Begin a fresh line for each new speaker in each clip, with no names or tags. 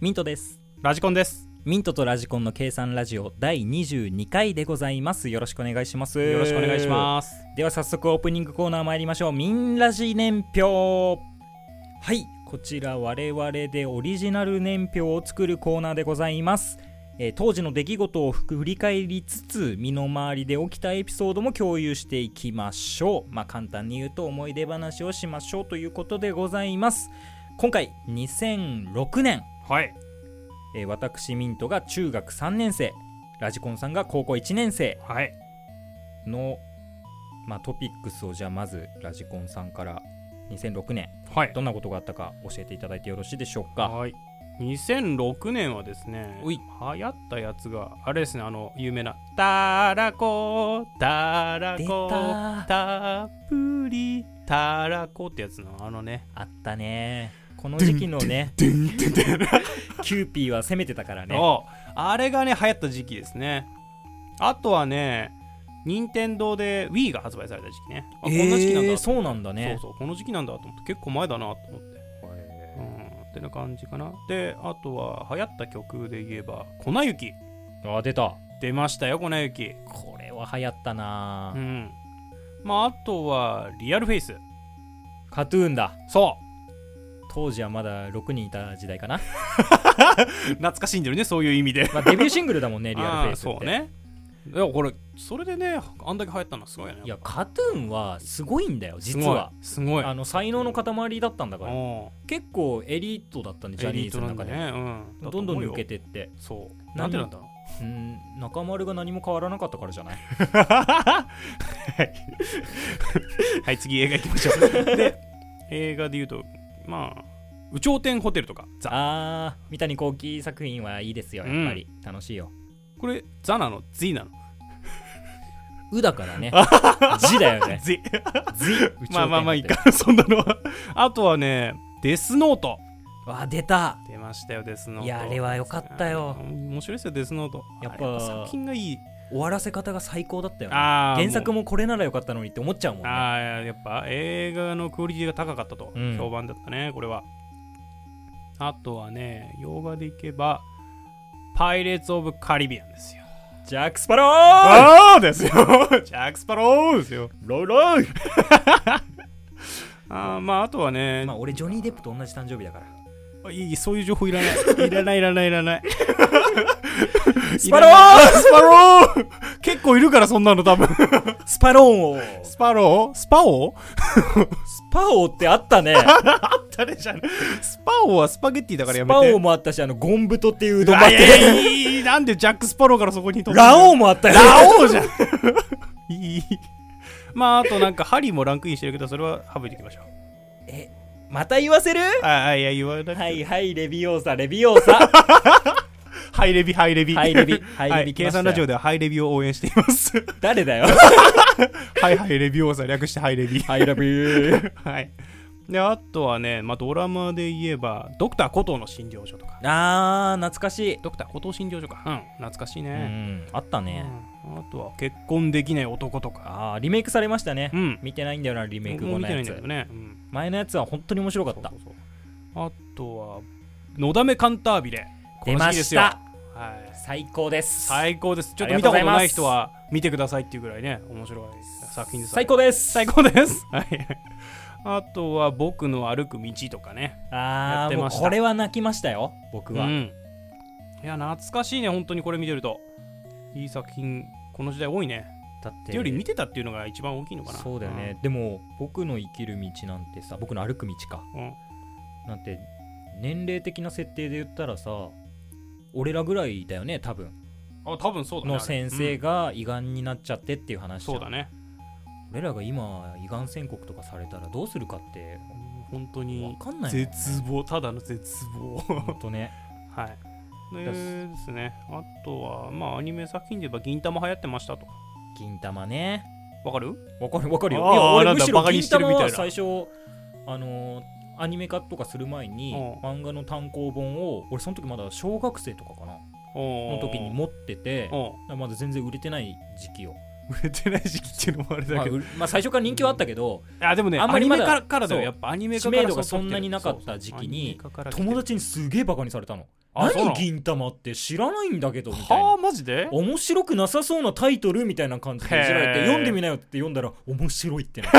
ミントです
ラジコンです。
ミントとラジコンの計算ラジオ第22回でございますよろしくお願いします
よろしくお願いし
す
ます。
では早速オープニングコーナー参りましょうミンラジ年表はいこちら我々でオリジナル年表を作るコーナーでございます、えー当時の出来事を振り返りつつ身の回りで起きたエピソードも共有していきましょうまあ簡単に言うと思い出話をしましょうということでございます今回2006年
はい。
えー私ミントが中学3年生ラジコンさんが高校1年生
はい。
の、まあ、トピックスをじゃあまずラジコンさんから2006年
はい。
どんなことがあったか教えていただいてよろしいでしょうか
はい。2006年はですね、
おい
流行ったやつが、あれですね、あの、有名な、たらこ、たら
出た
こ、
ー
たっぷり、たらこってやつの、あのね、
あったねこの時期のね
でんでんでん
キューピーは攻めてたからね
そうあれがね、流行った時期ですね。あとはね、任天堂で Wii が発売された時期ね。あ、こんな時期なんだ、
えーそうなんだね
そうそう、この時期なんだと思って、結構前だなと思って。
へ
う
ー
ん、ってな感じかな。で、あとは流行った曲で言えば、粉雪。
あー出た
出ましたよ、粉雪。
これは流行ったな
う
ー、
ん。まあ、あとは、リアルフェイス。
カトゥーンだ
そ
当時はまだ6人いた時代かな、
う懐かしんでるね、そういう意味で。
まあ、デビューシングルだもんねリアルフェイス
あ
っ
ー
て
そうね。いや、これ、それでね、あんだけ流行ったのはすごいよね。
いやカトゥーンはすごいんだよ
す
実
ごい
は。
すごい。
あの才能の塊だったんだから
うん
結構エリートだったねジャニーズの中で、
エリートなんだね。うん。
どんどん抜け
て。
てって
そう。
な
なんん
でな
でなんん
だ
だ
うん中丸が何も変わらなかったからじゃ ない
はい、次映画行きましょう。 で、映画で言うと、まあ、有頂天ホテルとか、ザ。
あー三谷幸喜作品はいいですよやっぱり、楽しいよ
これ、ザなの、ズイなの。
「う」だから ね「字」だよね
ズイ。
「字」
まあまあまあいいか そんなのはあとはねデスノート
わ出た
出ましたよデスノート
いやあれは良かったよ
面白いですよデスノート
やっぱ
あれ作品がいい
終わらせ方が最高だったよね
あ
原作
も
もこれならよかったのにって思っちゃうもんね
あーやっぱ映画のクオリティが高かったと、
うん
評判だったねこれはあとはね洋画でいけばパイレーツ・オブ・カリビアンですよ
ジャック・スパロー
ああですよ ジャック・スパローですよ
ロイロイ
あーまああとはね、
まあ俺ジョニー・デップと同じ誕生日だから
あいいそういう情報いらないいらないいらない いらない
スパロー
ースパロー結構いるからそんなの多分
スパローンをス
スパロースパオ
パオってあったね
誰じゃんスパオはスパゲッティだからや
ス
め
パ
て
オもあったしあのゴンブトっていううどんもあ
あ
っ
い
た
やいやいいなんでジャック・スパローからそこに飛んで
ラオウもあったよね
ラオウじゃんいいまああとなんかハリーもランクインしてるけどそれは省いていきましょう
えまた言わせる
ああいや言わない、
はいはいレビオーサレビオーサ
ハイレビハイレビ
ハイレビハ
は
イレビ来ましたよ
い、計算ラジオではハイレビを応援しています
誰だよ
はいはいレビ王さん略してハイレビ
ハイラビー
はい。で、あとはね、まあ、ドラマで言えば、ドクターコトーの診療所とか。
あー懐かしい
ドクターコトー診療所か。うん、懐かしいうね。
んあったね
うんあとは、結婚できない男とか。
あーリメイクされましたね
うん。
見てないんだよなリメイク
僕も
後の
見てな
や
いんだけ
つ
どね。うん。
前のやつは本当に面白かった
そうそうそうあとは、のだめカンタービレ。
出まし
こ
た
の時期ですよ。はい。
最高です
最高です。ちょ
あ
っと
り
見
がと
た
うござ
こと
います
ない人は見てくださいっていうぐらいね、面白い作品です。
最高です
最高です。 はい。あとは、僕の歩く道とかね。や
あー
って
もう
ました
これは泣きましたよ僕は
うん、いや懐かしいね本当にこれ見てるといい作品この時代多いね
だっ
ってより見てたっていうのが一番大きいのかな
そうだよね、でも僕の生きる道なんてさ僕の歩く道か
うん、うん
なんて年齢的な設定で言ったらさ俺らぐらいだよね多分
あ多分そうだね
の先生
が、
が胃がんになっちゃってっていう
うん
話じゃん
そうだね
俺らが今胃がん宣告とかされたらどうするかって
本当
分
に
かんない
絶望ただの絶望
ほんとね
はいで
だし
ですねあとはまあアニメ作品で言えば銀玉流行ってましたと
銀玉ね
わかる
わかるわかるよ
あー
いや
な
俺
ん
む
だ
しろ
バカ
銀
にしてる
玉
みたいな
は最初あのーアニメ化とかする前に
う
漫画の単行本を俺その時まだ小学生とかかな
の
の時に持っててだからまだ全然売れてない時期を、
売れてない時期っていうのもあれ
ま
だ
あ
けど、
うまあ最初から人気はあったけど、
あ、でもね
あんま
ア
り
ニ
ま
メ
だ
からから
そ
だよ
う
やっぱアニメ化
知
から
名度が
そ
そ
う来
ん
てる
なになかった時期に
そうそうアニメ化から来てる
友達にすげえバカにされたの
あそうな
何
の
銀玉って知らないんだけどみたい
は
な
あマジで
面白くなさそうなタイトルみたいな感じでいじられ
へ
て
ー
読んでみなよって読んだら面白いってな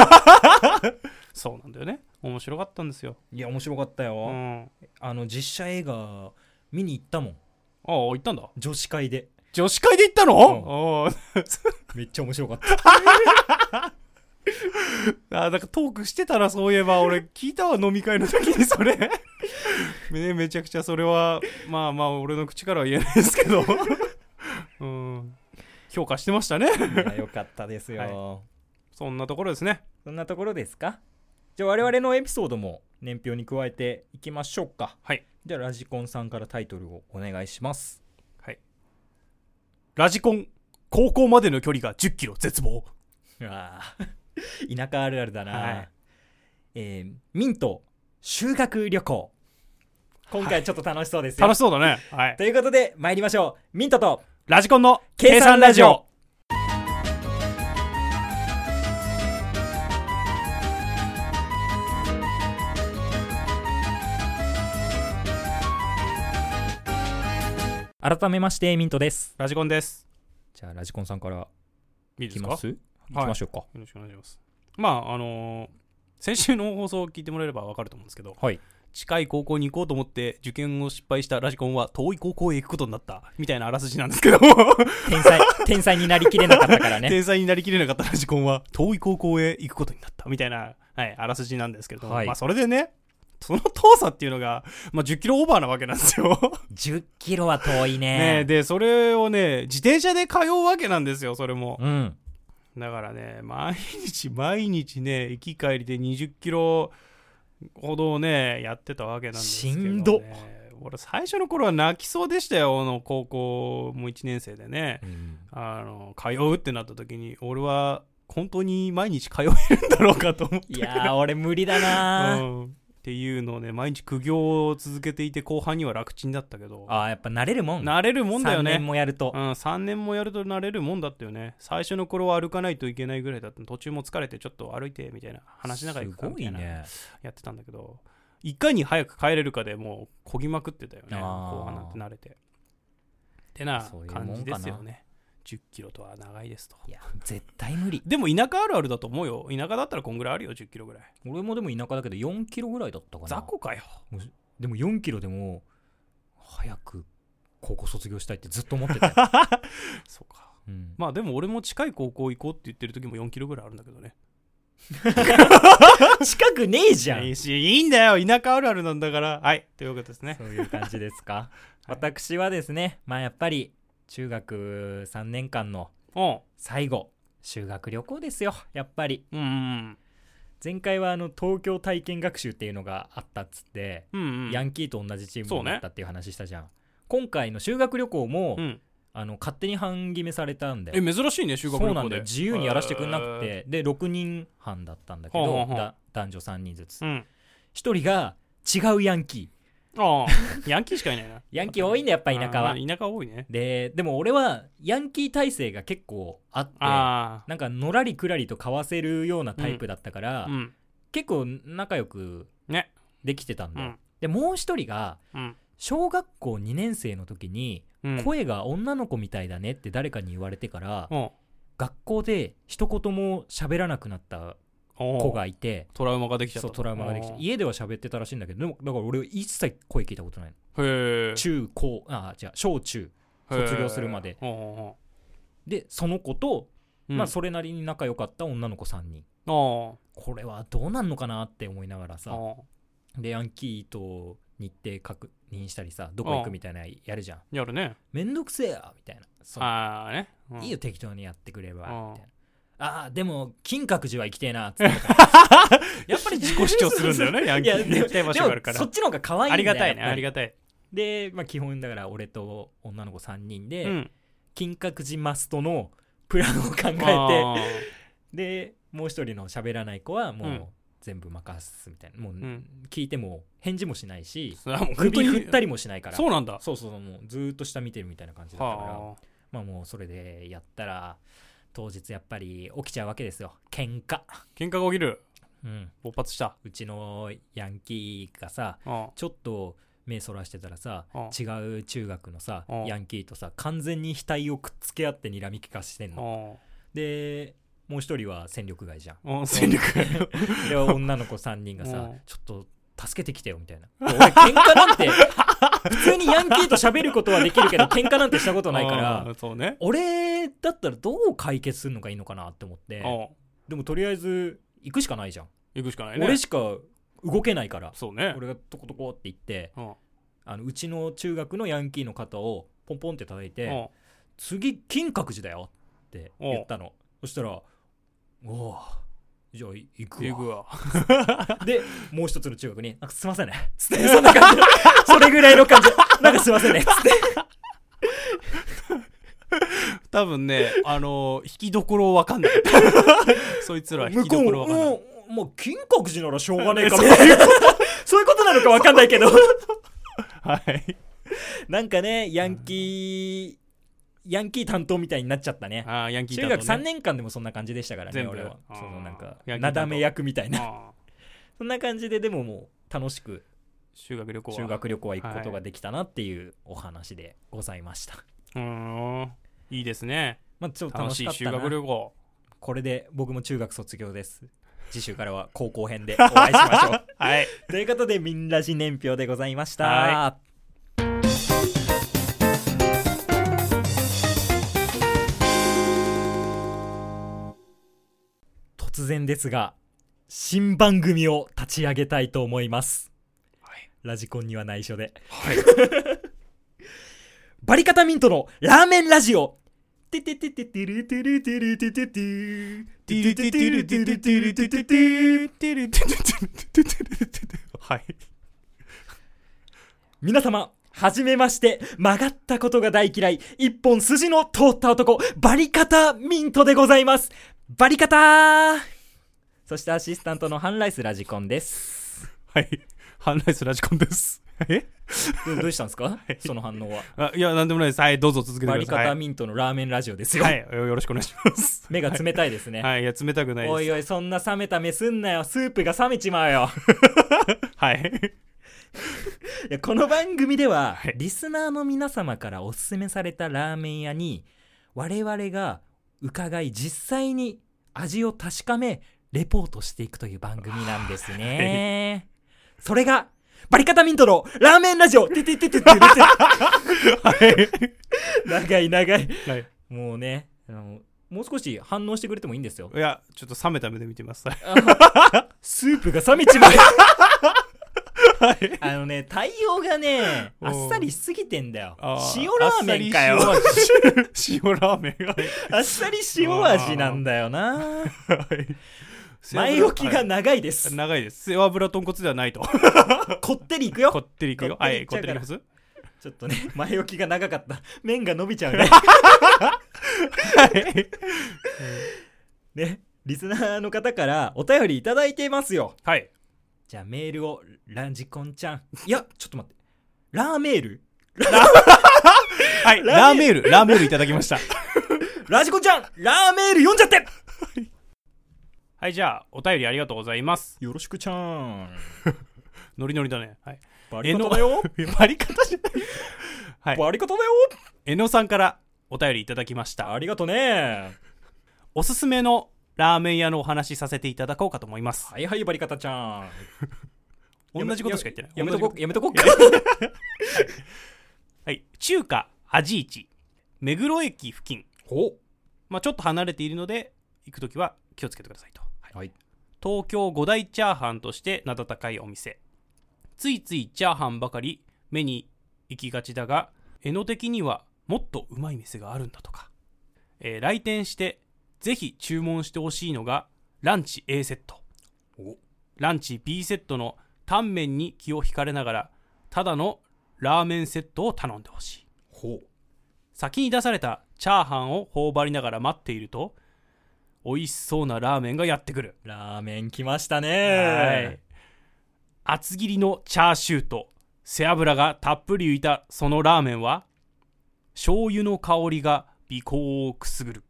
そうなんだよね面白かったんですよ、
いや面白かった
う
よ、
ん、あ
あの実写映画見に行ったもん
あ行ったんだ
女子会で
女子会で行ったの、おう
めっちゃ面白かった
あなんかトークしてたらそういえば俺聞いたわ飲み会の時にそれ ねめちゃくちゃそれはまあまあ俺の口からは言えないですけど うん評価してました ね
いやよかったですよ、
はそんなところですね
そんなところですかじゃあ我々のエピソードも年表に加えていきましょうか
はい
じゃあラジコンさんからタイトルをお願いします
ラジコン高校までの距離が1 0キロ絶望
あー 田舎あるあるだな、
はい
えーミント修学旅行今回ちょっと楽しそうですよ、
楽しそうだねはい
ということで参りましょうミントと
ラジコンの
計
計
算
算
ラ
ラ
ジ
ジ
オ
オ
改めましてミントです
ラジコンです
じゃあラジコンさんから
いい
い
です
き
か
ますいきましょうか
よろしくお願いしますまああのー先週の放送を聞いてもらえればわかると思うんですけど
はい
近い高校に行こうと思って受験を失敗したラジコンは遠い高校へ行くことになったみたいなあらすじなんですけども、
天才 天才になりきれなかったからね
天才になりきれなかったラジコンは遠い高校へ行くことになったみたいな、はい、あらすじなんですけども、
はい
まあそれでねその遠さっていうのが、まあ、10キロオーバーなわけなんですよ、
10キロは遠い
ね
ね
でそれをね自転車で通うわけなんですよそれも
うん
だからね、毎日毎日ね、行き帰りで20キロほどをね、やってたわけなんですけど、ね。
しんどっ
俺、最初の頃は泣きそうでしたよ、あの高校も1年生でね。あの、通うってなった時に、俺は本当に毎日通えるんだろうかと思って。
いやー俺無理だなー、
うんっていうのをね、毎日苦行を続けていて、後半には楽ちんだったけど、
あーやっぱ慣れるもん
慣れるもんだよ
3
ね
年。もやると
う、ん、3年もやると慣れるもんだったよね最初の頃は歩かないといけないぐらいだった途中も疲れてちょっと歩いてみたいな話しながら行くか
す
み
ご
た
い
いな、
ね
やってたんだけどいかに早く帰れるかでもうこぎまくってたよね
あー
後半なんて慣れてってな
そういうもんかな
感じですよね1 0キロとは長いですと
いや絶対無理
でも田舎あるあるだと思うよ田舎だったらこんぐらいあるよ1 0キロぐらい
俺もでも田舎だけど4キロぐらいだったかな
雑魚かよ
でも4キロでも早く高校卒業したいってずっと思って たよ、
そうか
うん
まあでも俺も近い高校行こうって言ってる時も4キロぐらいあるんだけどね
近くねえじゃ
い
ん
いしいいんだよ田舎あるあるなんだからはいというわけですね
そういう感じですか、 私はですねまあやっぱり中学3年間の
うん
最後修学旅行ですよやっぱり
うんうん
前回はあの東京体験学習っていうのがあったっつって、
うんうんうん
ヤンキーと同じチーム
そう
に
ね
なったっていう話したじゃん、今回の修学旅行も、
うん
あの勝手に半決めされたんだよ
え珍しいね修学
そ
旅
うな
行
んだ
で
よ自由にやらせてくれなくてで6人班だったんだけど
ほうほうほう
だ男女3人ずつ
えーうん
1人が違うヤンキー
ああ ヤンキーしかいないな
ヤンキー多いんだやっぱ田舎は
あー田舎多いね
ででも俺はヤンキー体制が結構あって
あ
なんかのらりくらりと交わせるようなタイプだったから、
あうん
結構仲良く
ね
できてたん
う
だよ、
ん
でもう1人が
うん
小学校2年生の時に
うん
声が女の子みたいだねって誰かに言われてから、
うん
学校で一言も喋らなくなった子
子
がいて、
トラウマができちゃっ
そ
た
うトラウマができて
あー
家では喋ってたらしいんだけどでもだから俺一切声聞いたことないの
へえ
中高あ違う小中卒業するまででその子と、まあそれなりに仲良かった女の子3人
あ
これはどうなんのかなって思いながらさ
あ
でヤンキーと日程確認したりさどこ行くみたいなやるじゃん
やるね
めんどくせえやみたいなそう
ああねうん
いいよ適当にやってくれば
うん
みたいなあーでも金閣寺は行きてえな っつって
やっぱり自己主張するん だよねヤンキーね行きたい場所があるか
でもそ
ら
っちの方が可愛いんだよ
ありがたいね
やっぱ
あ
り
りがたい
で、まあ、基本だから俺と女の子3人で、
うん
金閣寺マストのプランを考え
あー
てでもう一人の喋らない子はもううん全部任すみたいなもう、
ん
聞いても返事もしないし
それはもう
首
首
振ったりもしないから
そうなんだ
そうそうそうもうずーっと下見てるみたいな感じだったから
は
まあもうそれでやったら当日やっぱり起きちゃうわけですよ喧嘩
あ喧嘩が起きる
うん
勃発した
うちのヤンキーがさ
うん
ちょっと目そらしてたらさ
あ
違う中学のさ
うん
ヤンキーとさ完全に額をくっつけ合って睨み利かしてんの
あ
でもう一人は戦力外 じゃん
あ戦力外
で女の子3人がさ
うん
ちょっと助けてきてよみたいな俺喧嘩なんて 普通にヤンキーと喋ることはできるけど喧嘩なんてしたことないから
あーそうね
俺だったらどう解決するのがいいのかなって思って
あ
でもとりあえず行くしかないじゃん、
行くしかないね
俺しか動けないから
そうね
俺がトコトコって行って
うん
あのうちの中学のヤンキーの肩をポンポンって叩いて、
うん
次金閣寺だよって言ったのそしたら「おおじゃあ行く
行
わ
くわ
でもう一つの中学に「なんかすいませんね」 つってそんな感じそれぐらいの感じなんかすいませんね」つ って
多分ね、あのー引きどころわかん ない。そいつら引
向
き
こ
ど
う
ころ
も
わかんない。
うんまあ金閣寺ならしょうがねえかみたい な そういうことなのか分かんないけど
はい。
なんかね、ヤンキー、ヤンキー担当みたいになっちゃったね。
ああ、ヤンキー
中
担当
学3
ね
年間でもそんな感じでしたからね、
全部
俺は。
あ
そ
ー
のなんか、
ヤンキー担当
なだめ役みたいな。
あー
そんな感じで、でももう、楽しく
修学旅行は。
修学旅行は行くことができたなっていうお話でございました。
うーん。いいですね。
まあ、ちょっと楽
楽
しか
しい
った
修
な
学旅行。
これで僕も中学卒業です。次週からは高校編でお会いしましょう。
はい。
ということで、みんなし年表でございました。
は
突然ですが、新番組を立ち上げたいと思います。
はい。
ラジコンには内緒で。
はい。
バリカタミントのラーメンラジオてててててるてるてるてててる
ティルティルティルティルティルティルティルティルティルティルティルティルティルティルティルはい。
皆様、はじめまして、曲がったことが大嫌い、一本筋の通った男、バリカタミントでございます。バリカタそしてアシスタントのハンライスラジコンです。
はい。ハンライスラジコンです。え
どどうしたんですかその反応は。
あいや、なんでもないです。はい。どうぞ続けて
バ
く
リ
ださ
カ
い。
タミントのラーメンラジオですよ。
はい。よろしくお願いします。
目が冷たいですね。
はい。いや、冷たくないです。
おいおい、そんな冷めた目すんなよ。スープが冷めちまうよ。
はい。
いやこの番組では、
はい
リスナーの皆様からおすすめされたラーメン屋に我々が伺い実際に味を確かめレポートしていくという番組なんですね、それがバリカタミントのラーメンラジオててててててて
はい。
長い長い
はい。
もうねあのもう少し反応してくれてもいいんですよ
いや、ちょっと冷めた目で見てます。はい。
スープが冷めちまうあのね対応がねあっさりしすぎてんだよ塩ラーメンかよ
あっさり塩味 塩ラーメンが。
あっさり塩味なんだよな。
はい
前置きが
はい
長いです。
長いです。背脂豚骨で はないと。
こってりいく
こ
よ。
ってりいくよ。
こっ
は
てりい
い、
っち
こ
ゃう
って
から
りいきます
ちょっとね、前置きが長かった。麺が伸びち ゃうね。ね、リスナーの方からお便りいただいてますよ。
はい。
じゃあメールをランジコンちゃん。いや、ちょっと待って。ラーメール
はい、ラーメール、ラーメールいただきました。
ラジコンちゃんラーメール読んじゃって
はい、じゃあ、お便りありがとうございます。
よろしくちゃーん。
ノリノリだね。 はい。
バリカタだよ。
バリ方じゃない。はい。
バリカタだよ。
えのさんからお便りいただきました。
ありがとね。
おすすめのラーメン屋のお話しさせていただこうかと思います。
はいはい、バリカタちゃん。
同じことしか言ってない。
やめ
同
と
じ
こ
と、
やめとこっか。
はい。中華味市、目黒駅付近。
ほ
まあ、ちょっと離れているので行くときは気をつけてくださいと、はい
はい
東京五大チャーハンとして名高いお店ついついチャーハンばかり目に行きがちだが絵の的にはもっとうまい店があるんだとか、えー来店してぜひ注文してほしいのがランチ A セット
お
ランチ B セットのタンメンに気を引かれながらただのラーメンセットを頼んでほしい
ほ
先に出されたチャーハンを頬張りながら待っていると美味しそうなラーメンがやってくる、
ラーメン来ました
はい
ね。
厚切りのチャーシューと背脂がたっぷり浮いたそのラーメンは醤油の香りが鼻孔をくすぐる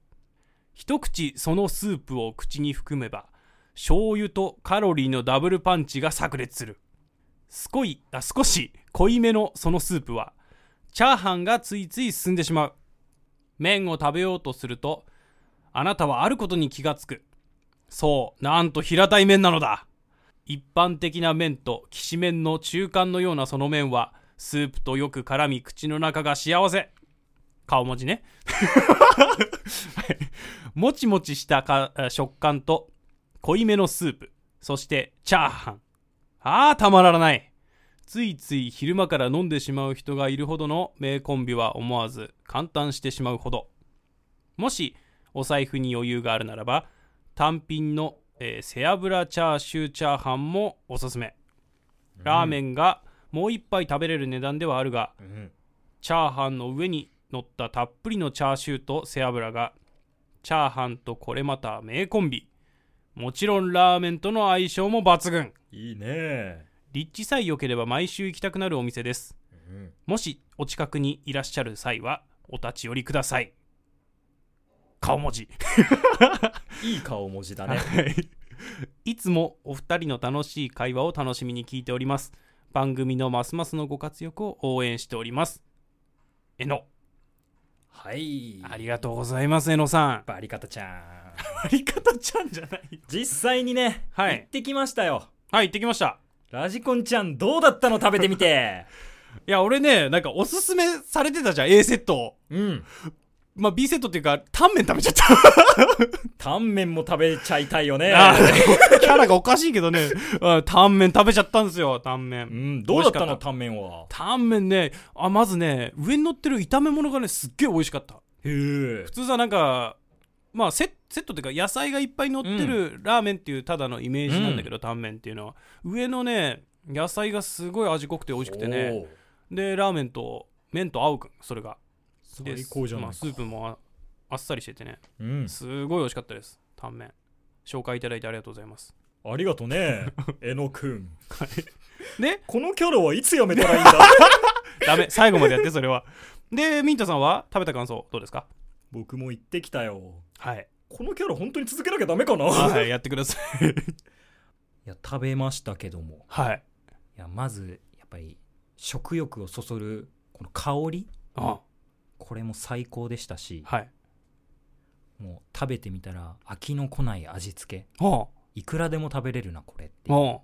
一口そのスープを口に含めば醤油とカロリーのダブルパンチが炸裂する少いあ少し濃いめのそのスープはチャーハンがついつい進んでしまう麺を食べようとするとあなたはあることに気がつくそうなんと平たい麺なのだ一般的な麺ときしめんの中間のようなその麺はスープとよく絡み口の中が幸せ顔文字ね はいもちもちしたか食感と濃いめのスープそしてチャーハンああたまらないついつい昼間から飲んでしまう人がいるほどの名コンビは思わず簡単してしまうほどもしお財布に余裕があるならば単品の、えー背脂チャーシューチャーハンもおすすめラーメンがもう一杯食べれる値段ではあるが
うん
チャーハンの上に乗ったたっぷりのチャーシューと背脂がチャーハンとこれまた名コンビもちろんラーメンとの相性も抜群
いいね
立地さえ良ければ毎週行きたくなるお店です
うん
もしお近くにいらっしゃる際はお立ち寄りください顔文字
いい顔文字だね
いつもお二人の楽しい会話を楽しみに聞いております番組のますますのご活躍を応援しておりますえの
はい
ありがとうございますえのさん
バリカタちゃん
あり方ちゃんじゃない
実際にね、
はい
行ってきましたよ
はい行ってきました
ラジコンちゃんどうだったの食べてみ て
いや俺ねなんかおすすめされてたじゃん A セットを
うん
まあ B セットっていうかタンメン食べちゃった
タンメンも食べちゃいたいよね
あー キャラがおかしいけどね、うんタンメン食べちゃったんですよ、タンメン。
うんどうだった
美味
の
しか
タンメンは
タンメンね、あ、まずね、上に乗ってる炒め物がね、すっげえ美味しかった。
へえ
普通さ、なんか、まあセ、セットっていうか、野菜がいっぱい乗ってるラーメンっていうただのイメージなんだけど、タンメンっていうのは。上のね、野菜がすごい味濃くて美味しくてね。で、ラーメンと、麺と合うくん、それが。で
最高じゃない
まあ、
か
スープもああっさりしててね、
うん
すごい美味しかったです、タンメン。紹介いただいてありがとうございます。
ありがと ねえのくん
で、
このキャラはいつやめたらいいん だ
ダメ、最後までやって、それは。で、ミントさんは食べた感想、どうですか
僕も行ってきたよ
はい。
このキャラ本当に続けなきゃダメかない
はい、やってください。
や食べましたけども
はい。
いやまずやっぱり食欲をそそるこの香り
あ
これも最高でしたし
はい。
もう食べてみたら飽きのこない味付け
あ
いくらでも食べれるなこれっていう
お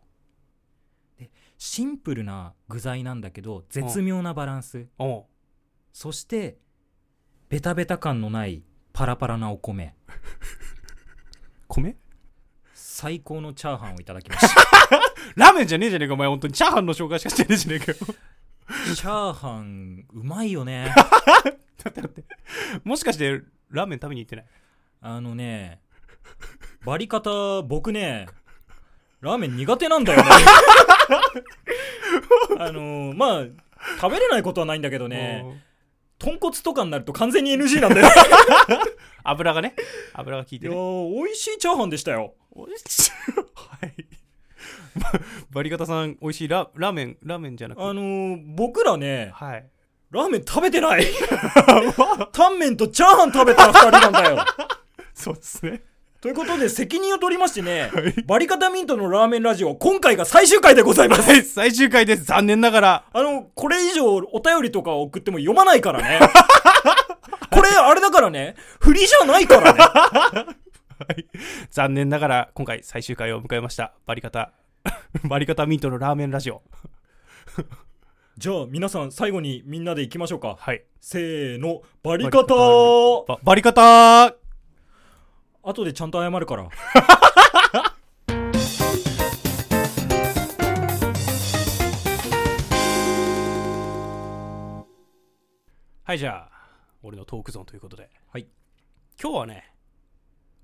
シンプルな具材なんだけど絶妙なバランス
お
そしてベタベタ感のないパラパラなお米
米
最高のチャーハンをいただきま した
ラーメンじゃねえじゃねえか、お前。本当に。チャーハンの紹介しかしてねえじゃねえかよ。
チャーハンうまいよね
だってだって。もしかして、ラーメン食べに行ってない
あのねバリ方僕ねラーメン苦手なん だよねあのまあ食べれないことはないんだけどね
うん
豚骨とかになると完全に NG なんだ よ
油がね。油が効い
い
て
や
ね。
ー美味しいチャーハンでしたよ
おいしい。 はい。バリカタさん、美味しいララーメン、ラーメンじゃなくて。
あのー僕らね
はい。
ラーメン食べてない タンメンとチャーハン食べた2人なんだよ
そうですね。
ということで責任を取りましてね、バリカタミントのラーメンラジオ今回が最終回でござい ます
はい、 最終回です。残念ながら。
あのこれ以上お便りとか送っても読まないから ねこれあれだからね振りじゃないから ね
残念ながら今回最終回を迎えましたバリカタ バリカタミントのラーメンラジオ
じゃあ皆さん最後にみんなで行きましょうか
はい
せーのバリ
バ
カ
リ
タ
カタババリカター
後でちゃんと謝るから
はいじゃあ俺のトークゾーンということで
はい
今日はね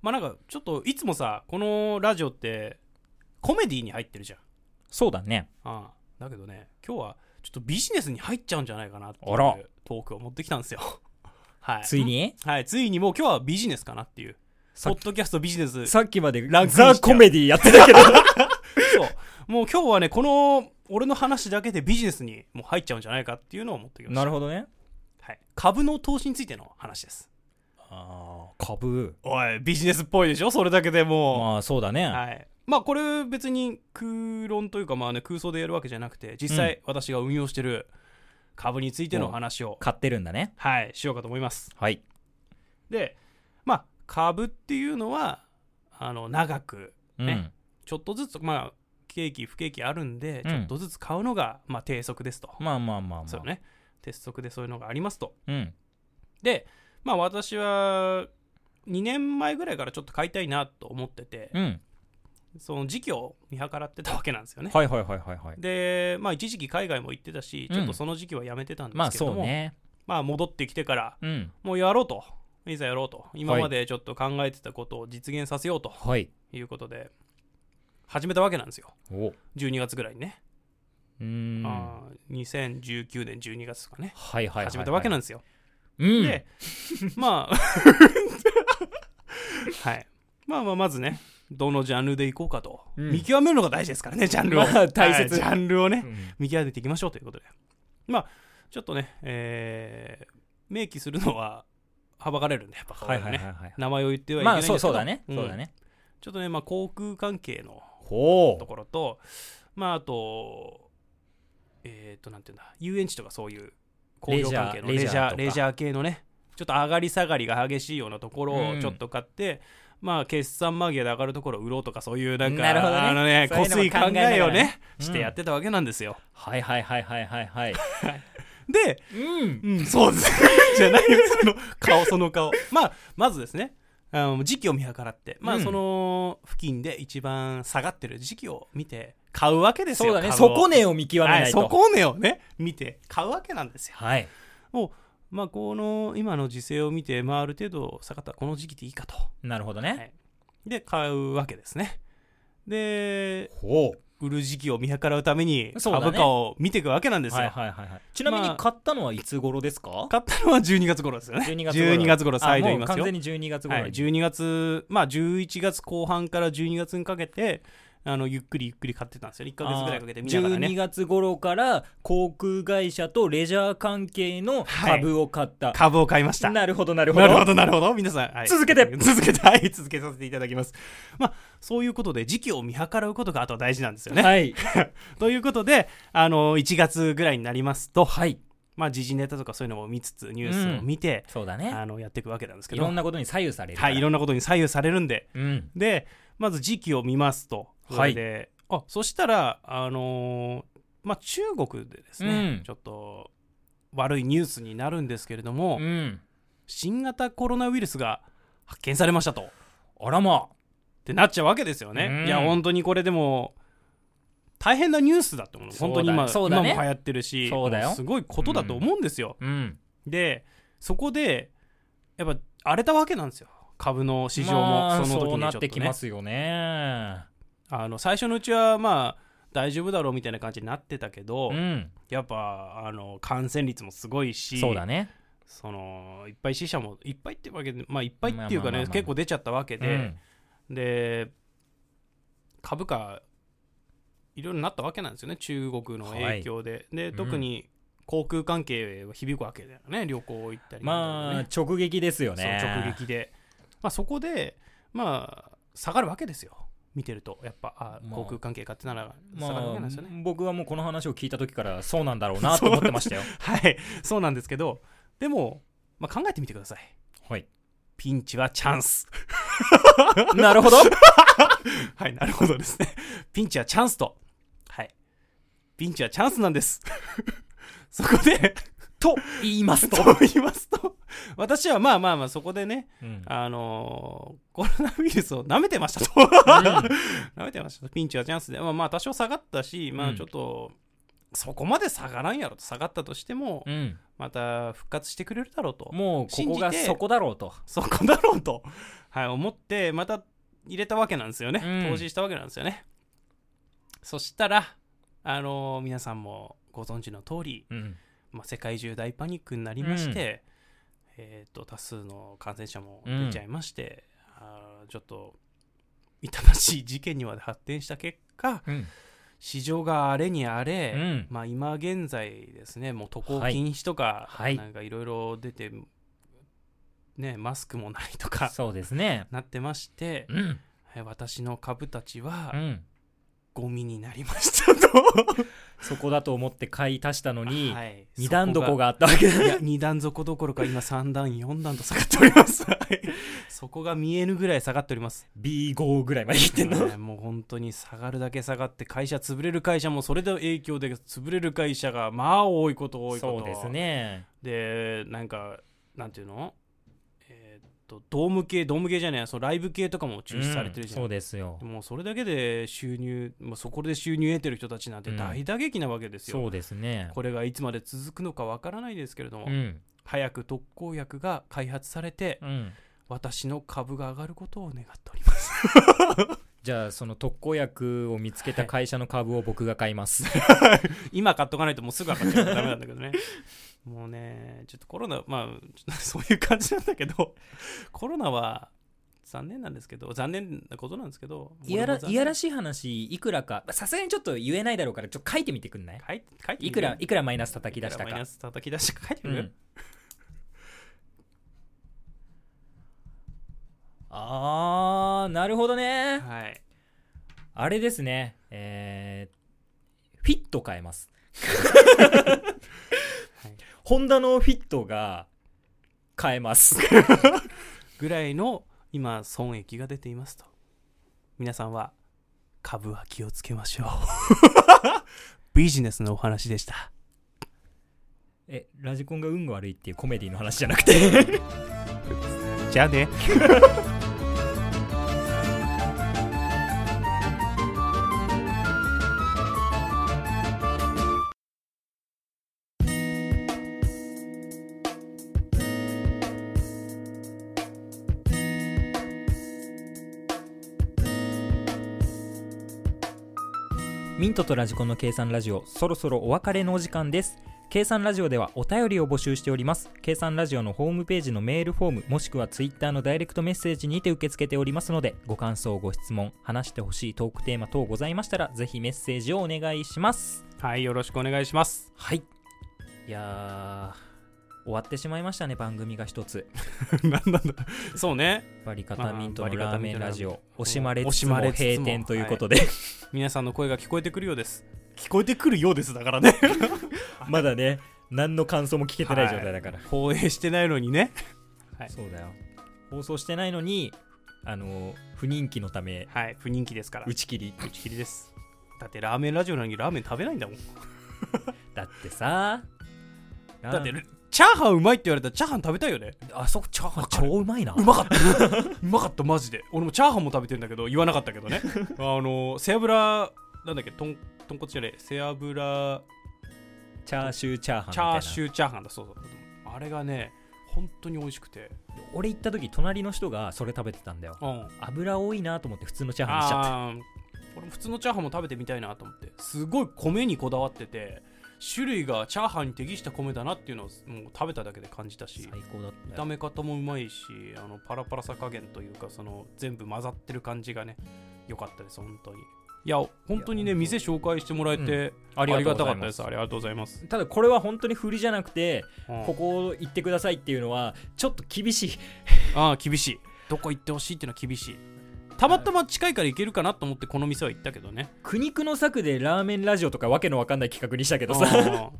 まあなんかちょっといつもさこのラジオってコメディに入ってるじゃん
そうだね
ああだけどね今日はちょっとビジネスに入っちゃうんじゃないかなっていう
あら
トークを持ってきた んですよはい
ついに
はいついにもう今日はビジネスかなっていう
さ
ポ
っ
ッドキャストビジネス
さっきまで
ランクインしちゃう
ザ・コメディやってたけど
そう。もう今日はね、この、俺の話だけでビジネスにもう入っちゃうんじゃ ないかっていうのを思ってきました。
なるほどね
はい。株の投資についての話です。
ああ株
おい、ビジネスっぽいでしょそれだけでも
まあそうだね
う。はい。まあこれ別に空論というかまあね空想でやるわけじゃなくて実際私が運用してる株についての話を、
買ってるんだね
はいしようかと思います
はい
でまあ株っていうのはあの長くねちょっとずつまあ景気不景気あるんで
う
ち
ん
ょっとずつ買うのが、まあ低速ですと、
うん、まあまあまあまあ
そうね鉄則でそういうのがありますと
うん
でまあ私は2年前ぐらいからちょっと買いたいなと思ってて、
うん
その時期を見計らってたわけなんですよね
はいはいはいはいはい
でまあ一時期海外も行ってたし
うん
ちょっとその時期はやめてたんで
ますあ
けど
そ
も、
う
まあ
ね
戻ってきてから
うん
もうやろうといざやろうと今までちょっと考えてたことを実現させようと
はい
いうことで始めたわけなんですよ
おう
12月ぐらいにね、
ーんは
あー2019年12月とかね
いはいはいはい
始めたわけなんですよ、
うん
で、まあ、 はい。まあまあ、まずね、どのジャンルでいこうかと。
うん
見極めるのが大事ですからね、ジャンルを。
まあ大切
はいジャンルをね
う、ん
見極めていきましょうということで。まあ、ちょっとね、えー明記するのは、はばかれるんで、やっぱ、
はい
こ
は
れ
い
ね
はいはい
名前を言ってはいけ
ま
ないん
あ
ですけ
そう
ど
そうだね
ん
そうだね
ちょっとね、まあ、航空関係の
ほ
と
う
ころと、まあ、あと、えっ、と、なんていうんだ、遊園地とかそういう工業関係の
レ
レ
ジ
ジ
ャー
ャ
とか
ー、レジャー系のね、ちょっと上がり下がりが激しいようなところ
う
を
ん
ちょっと買って、まあ、決算間際で上がるところを売ろうとか、そういうなんか、
なるほどね
あのね、
そう
こ
いうの
す
も
い考えを
考えながらね
ね、してやってたわけなんですよ。
はいはいはいはいはいはい
で、
うん
うん、そうです。 じゃないよ、その顔、その顔。まあ、まずですね、あの時期を見計らって、ま
う
あ、
ん
その付近で一番下がってる時期を見て、買うわけです
そ
よ。
うだね
株を
底根を見極め
は、
ないい
そ
と
こをねをね見て買うわけなんですよ
はい
まあこの今の時勢を見て、まあ、ある程度下がったらこの時期でいいかと
なるほどね
いで買うわけですねで
ほう
売る時期を見計らうために
そうだね
株価を見ていくわけなんですよ、
はいはいはいはいちなみに買ったのはいつ頃ですか
買ったのは12月頃ですよね
12月頃
頃再度言います
あもう
よ
完全に12月頃
はい、12月まあ11月後半から12月にかけてあのゆっくりゆっくり買ってたんですよ1か月ぐらいかけて見ながら
12
ね
月頃から航空会社とレジャー関係の株を買った、
株を買いました
なるほどなるほど
なるほど、なるほど。皆さん、はい
続けて
続けて、はい、続けさせていただきます。まあ、そういうことで、時期を見計らうことが、あとは大事なんですよね。
はい
ということで、あの、1月ぐらいになりますと、
はい
まあ、時事ネタとかそういうのも見つつ、ニュースを見て、
そうだね
あの、やっていくわけなんですけ
い
ど、
ろんなことに左右されるから
はい、いろんなことに左右されるんで、
うん
で、まず時期を見ますと、
はい
これで、あ、そしたら、あのーまあ、中国でですね、
うん
ちょっと、悪いニュースになるんですけれども、
うん
新型コロナウイルスが発見されましたと。っ
あらま
てなっちゃうわけですよね。
うん
いや、本当にこれでも、大変なニュースだと思う。
そう
本
だ
当に今、
そうだ
今
ね
も流行ってるし、
そうだよ
もすごいことだと思うんですよ。
うん
で、そこで、やっぱ荒れたわけなんですよ。株の市場も、
まあ
その
そう
時にちょ
な
っ
っ
と、
てきま
ね、
すよね
あの最初のうちは、まあ、大丈夫だろうみたいな感じになってたけど、
うん
やっぱあの感染率もすごいし、
そうだね
そのいっぱい死者もいっぱいってわけで、まあ、いっぱいって
ま
いう
あまあ
か
まあ
ね
まあ
結構出ちゃったわけで、
うん
で株価いろいろなったわけなんですよね中国の影響で、で
うん
特に航空関係は響くわけだよね旅行行ったりなんだ
まあ
り
直撃ですよね
ね、そう直撃で、まあ、そこでまあ下がるわけですよ見てるとやっぱあ
まあ
航空関係買ってなら下がるわ
ま
けなんです
あ
よね、
僕はもうこの話を聞いた時からそうなんだろうなと思ってま したよ
はいそうなんですけどでも、まあ、考えてみてください
はい
ピンチはチャンス
なるほど
はいなるほどですねピンチはチャンスとはいピンチはチャンスなんです そこで
と言い ますと、
と言いますと、私はまあまあまあそこでね、
うん
あのーコロナウイルスを舐めてましたと。舐めてましたと。ピンチはチャンスで。まあまあ多少下がったし、ま
う
あ
ん
ちょっと、そこまで下がらんやろと。下がったとしても
う、ん、
また復活してくれるだろうと。
もうここが
信じて
そこだろうと
そこだろうと、 はい、思って、また入れたわけなんですよね。
うん
投資したわけなんですよね。そしたら、あのー皆さんもご存知の通り、
うん、
まあ、世界中大パニックになりまして、えー、と多数の感染者も出ちゃいまして、あーちょっと痛ましい事件にまで発展した結果
うん、
市場があれにあれ、
うん
まあ、今現在ですねもう渡航禁止とか、
はい
なんかいろいろ出て、ね、マスクもないとか
そうですね
なってまして、
うん
え私の株たち
う
は
ん、
ゴミになりましたと
そこだと思って買い足したのに、
はい
二段床
が
があったわけだ
いや2段底どころか今3段4段と下がっております はいそこが見えるぐらい下がっております
B5 ぐらいまでいってんの
はいもう本当に下がるだけ下がって会社潰れる会社もそれで影響で潰れる会社がまあ多いこと 多いこと
そうですね
でなんかなんていうのえーっとドーム系ドーム系じゃないそのライブ系とかも中止されてるじゃん、
うんそうですよ
もうそれだけで収入、まあ、そこで収入得てる人たちなんて
うん
大打撃なわけですよ、
そうですね
これがいつまで続くのかわからないですけれども、
うん
早く特効薬が開発されて
うん
私の株が上がることを願っております
じゃあその特効薬を見つけた会社の株を僕が買います、
今買っとかないともうすぐ上がっちゃうからダメなんだけどね もうねちょっとコロナまあ ちょっとそういう感じなんだけどコロナは残念なんですけど残念なことなんですけど
いやらいやら
し
しい話いくらかさすがにちょっと言えないだろうからちょっと書いてみてくんない
書いて書いてみ
い
て
くらいくらマイナス叩き出した
いくらマイ
か
ナス叩き出したか書いて
う
みる、
ん あーなるほどね
はい
あれですねえーフィット変えます、
い
ホンダのフィットが変えます
ぐらいの今損益が出ていますと皆さんは株は気をつけましょう ビジネスのお話でした
えラジコンが運が悪いっていうコメディの話じゃなく て
じゃあね
ミントとラジコンの計算ラジオそろそろお別れのお時間です計算ラジオではお便りを募集しております計算ラジオのホームページのメールフォームもしくはツイッターのダイレクトメッセージにて受け付けておりますのでご感想ご質問話してほしいトークテーマ等ございましたらぜひメッセージをお願いします
はいよろしくお願いします
はいいやー終わってしまいましたね番組が一つ
なんなんだそうね
バリカ
ま
タ
あ
ミント
バ
の
リカ
ラ
タ
ーメ
ミント
ン
の
ラジオ惜しまれつ
惜
つ
し
も
まれつつも
閉店ということで、
皆さんの声が聞こえてくるようです聞こえてくるようですだからね
まだね何の感想も聞けてない状態だから、
放映してないのにねはい
そうだよ放送してないのにあの不人気のため
はい不人気ですから
打ち切り
打ち切りですだってラーメンラジオなのにラーメン食べないんだもん
だってさ
だって
ラー
チャーハンうまいって言われたらチャーハン食べたいよね
あそこチャーハン超うまいな
うまかった うまかったマジで俺もチャーハンも食べてんだけど言わなかったけど ねあの背脂なんだっけとん豚骨じゃねえ背脂
チャーシューチャーハンみ
チ
たい
ャ
な
ーシューチャーハンだそうそうあれがね本当に美味しくて
俺行った時隣の人がそれ食べてたんだよ
うん
油多いなと思って普通のチャーハンにしちゃった
あー俺も普通のチャーハンも食べてみたいなと思ってすごい米にこだわってて種類がチャーハンに適した米だなっていうのをもう食べただけで感じたし
最高だった
炒
よ
め方もうまいしあのパラパラさ加減というかその全部混ざってる感じがね良かったです本当にいや本当に
い
ね
や
店紹介してもらえて、
あ
ありが
ご
たかっ
ざい
た
ま
ですすありがとうございます、
ただこれは本当に振りじゃなくて
うん
ここ行ってくださいっていうのはちょっと厳しい
ああ厳しいどこ行ってほしいっていうのは厳しいたまたま近いから行けるかなと思ってこの店は行ったけどね
苦肉の策でラーメンラジオとかわけのわかんない企画にしたけどさ
あ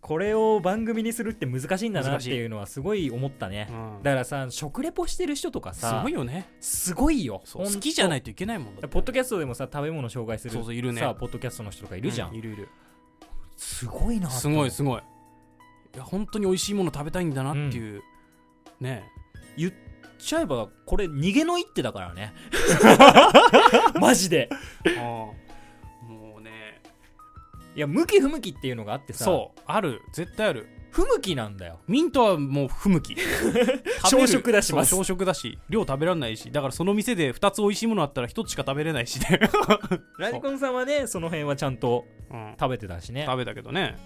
これを番組にするって難しいんだなっていうのはすごい思ったね
ーう ん
だからさ食レポしてる人とか
す
さ
ごいよね
すごいよ
そう好きじゃないいといけないもんだって
ポッドキャストでもさ食べ物紹介する
そうそういるね
さポッドキャストの人とかいるじゃん、
ういるいる
すごいなって
すごいすごいいや本当に美味しいもの食べたいんだなっていう、ね
言っちゃえばこれ逃げの一手だから ねマジで
えもうね
いや向き不向きっていうのがあってさ
そうある絶対ある
不向きなんだよ
ミントはもう不向 き
小食だし
そう
ます
小食だし量食べられないしだからその店で2つ美味しいものあったら1つしか食べれ ないしね、
ラジコンさんはねその辺はちゃんと
うん
食べてたしね
食べたけどね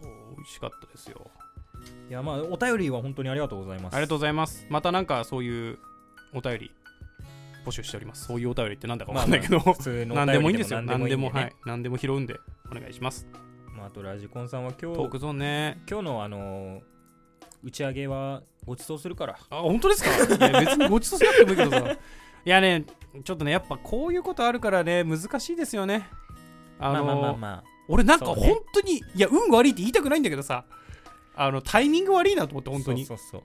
そう美味しかったですよ
いやまあお便りは本当にありがとうございます
ありがとうございますまたなんかそういうお便り募集しておりますそういうお便りってなんだかわかんないけど、
普通のお
何で
便
もいい
り
んですよ。
何
何
で
で
もいい
も、
んで
は
ね
い。何でも拾うんで、お願いします。
まああとラジコンさんは今
トー
日
クゾーンね。
今日のあのー打ち上げはご馳走するから
あ、本当ですかいや別にごちそうしなくてもいいけどさ。いやねちょっとねやっぱこういうことあるからね難しいですよねあ
まあ
の
まあまあま
俺なんか
そうね
本当に、いや運が悪いって言いたくないんだけどさあのタイミング悪いなと思って
あ
本当に
そうそうそう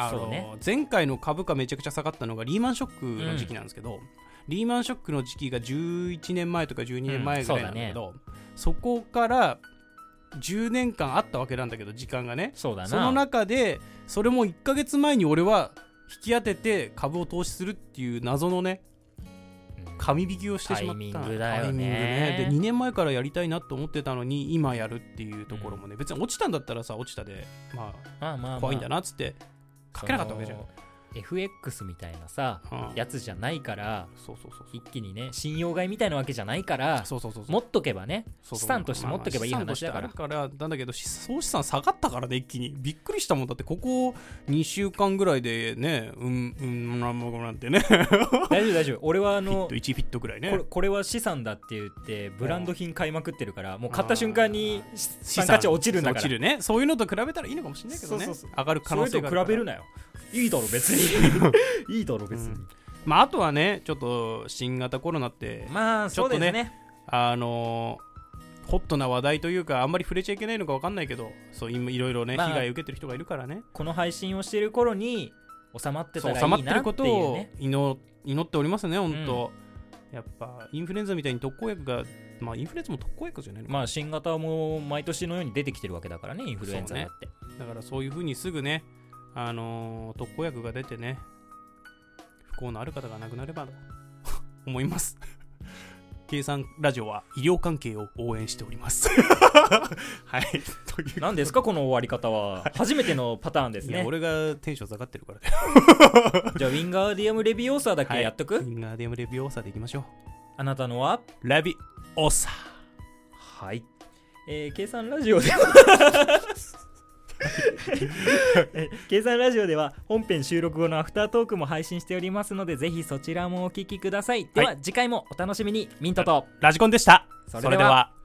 あの
そうね
前回の株価めちゃくちゃ下がったのがリーマンショックの時期なんですけど、リーマンショックの時期が11年前とか12年前ぐらいなんだけど、そこから10年間あったわけなんだけど時間がね
そうだな
その中でそれも1ヶ月前に俺は引き当てて株を投資するっていう謎のね
うん
紙引きをしてしまった
タイミングだよね
タイミングねで2年前からやりたいなと思ってたのに今やるっていうところもね、別に落ちたんだったらさ落ちたでま
まあまあま
あ
あ
怖いんだなっつって書けなかったわけじゃん、
その FX みたいなさ
うん
やつじゃないから
そうそうそう
一気にね信用買いみたいなわけじゃないから
そうそうそうそう
持っとけば ね
そうそう
資産として持っとけばいい
まあまあ
話だから
資産としてあるからなんだけどし総資産下がったからね一気にびっくりしたもんだってここ2週間ぐらいでねうんうんなんもなんてねフィ
大丈夫大丈夫俺はあ
ッ
の
ト1フィットぐらい
こ
ね
れこれは資産だって言ってブランド品買いまくってるからもう買った瞬間に資
資
産価値落ちるんだから
落ちるねそういうのと比べたらいいのかもしれないけどね
そうそうそ
上がる可
そ
能
れと
性
比
があるから
べるなよいいだろ別に いいだろ別に、
まああとはねちょっと新型コロナって
まあ
ち
そ
ょ
う
っ
で
と
す
ね
ね
あのーホットな話題というかあんまり触れちゃいけないのか分かんないけどそう今いろいろね、
まあ
被害を受けてる人がいるからね
この配信をしてる頃に収まってた
そう
ら
収ま
い
っ
い
てる
なっ
こ
て
と
いう
を
ね
祈祈っておりますね本当、やっぱインフルエンザみたいに特効薬がまあインフルエンザも特効薬じゃないのか、
まあ新型も毎年のように出てきてるわけだからねインフルエンザだって、
だからそういうふうにすぐねあのー特効薬が出てね不幸のある方が亡くなればと 思います 計算ラジオは医療関係を応援しております はいという
何ですかこの終わり方は初めてのパターンです
いや
ね
俺がテンション下がってるからね
じゃあウィンガーディアムレビオーサーだけやっとく、
みんなでレビオーサーでいきましょ
あなたのは
うラビオーサー
はい。えー計算ラジオでは え計算ラジオでは本編収録後のアフタートークも配信しておりますのでぜひそちらもお聞きくださいでは、次回もお楽しみにミントと
ラジコンでした
それでは
それでは